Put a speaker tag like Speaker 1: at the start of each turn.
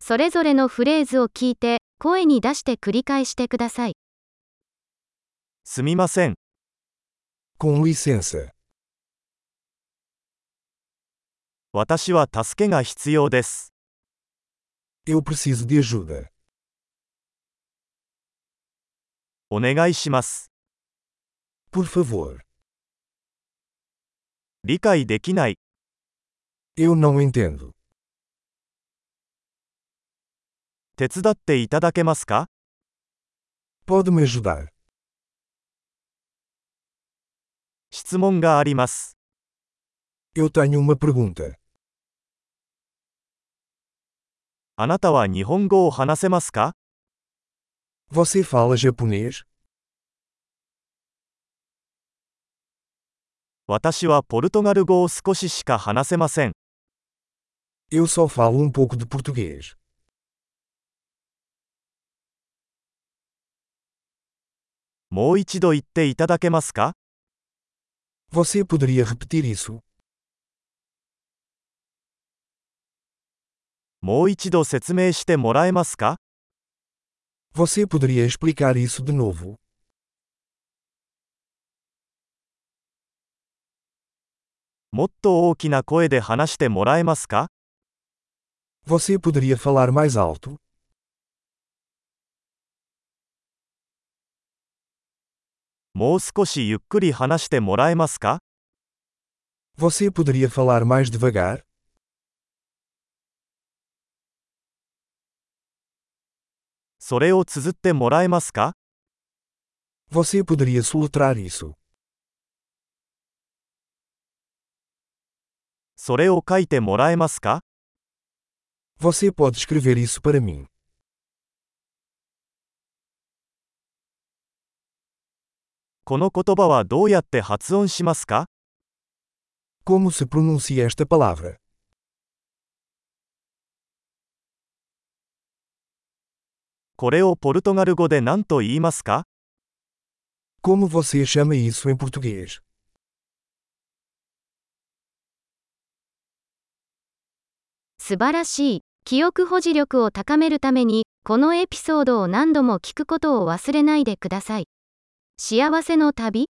Speaker 1: それぞれのフレーズを聞いて、声に出して繰り返してください。
Speaker 2: すみません。
Speaker 3: Com licença.
Speaker 2: 私は助けが必要です。
Speaker 3: Eu preciso de ajuda.
Speaker 2: お願いします。
Speaker 3: Por favor.
Speaker 2: 理解できない。
Speaker 3: Eu não entendo.
Speaker 2: 手伝っていただけますか
Speaker 3: Pode me ajudar?
Speaker 2: 質問があります。
Speaker 3: Eu tenho uma pergunta.
Speaker 2: あなたは日本語を話せますか
Speaker 3: Você fala japonês?
Speaker 2: 私はポルトガル語を少ししか話せません。
Speaker 3: Eu só falo um pouco de português.
Speaker 2: もう一度言っていただけますか
Speaker 3: Você poderia repetir isso?
Speaker 2: もう一度説明してもらえますか
Speaker 3: Você poderia explicar isso de novo?
Speaker 2: もっと大きな声で話してもらえますか
Speaker 3: Você poderia falar mais alto?
Speaker 2: もう少しゆっくり話してもらえますか
Speaker 3: Você poderia falar mais devagar?
Speaker 2: それを綴ってもらえますか
Speaker 3: Você poderia soletrar isso?
Speaker 2: それを書いてもらえますか
Speaker 3: Você pode escrever isso para mim?
Speaker 2: この言葉はどうやって発音しますか
Speaker 3: Como se pronuncia esta palavra?
Speaker 2: これをポルトガル語で何と言いますか
Speaker 3: Como você chama isso em português?
Speaker 1: 素晴らしい。記憶保持力を高めるために、このエピソードを何度も聞くことを忘れないでください。幸せの旅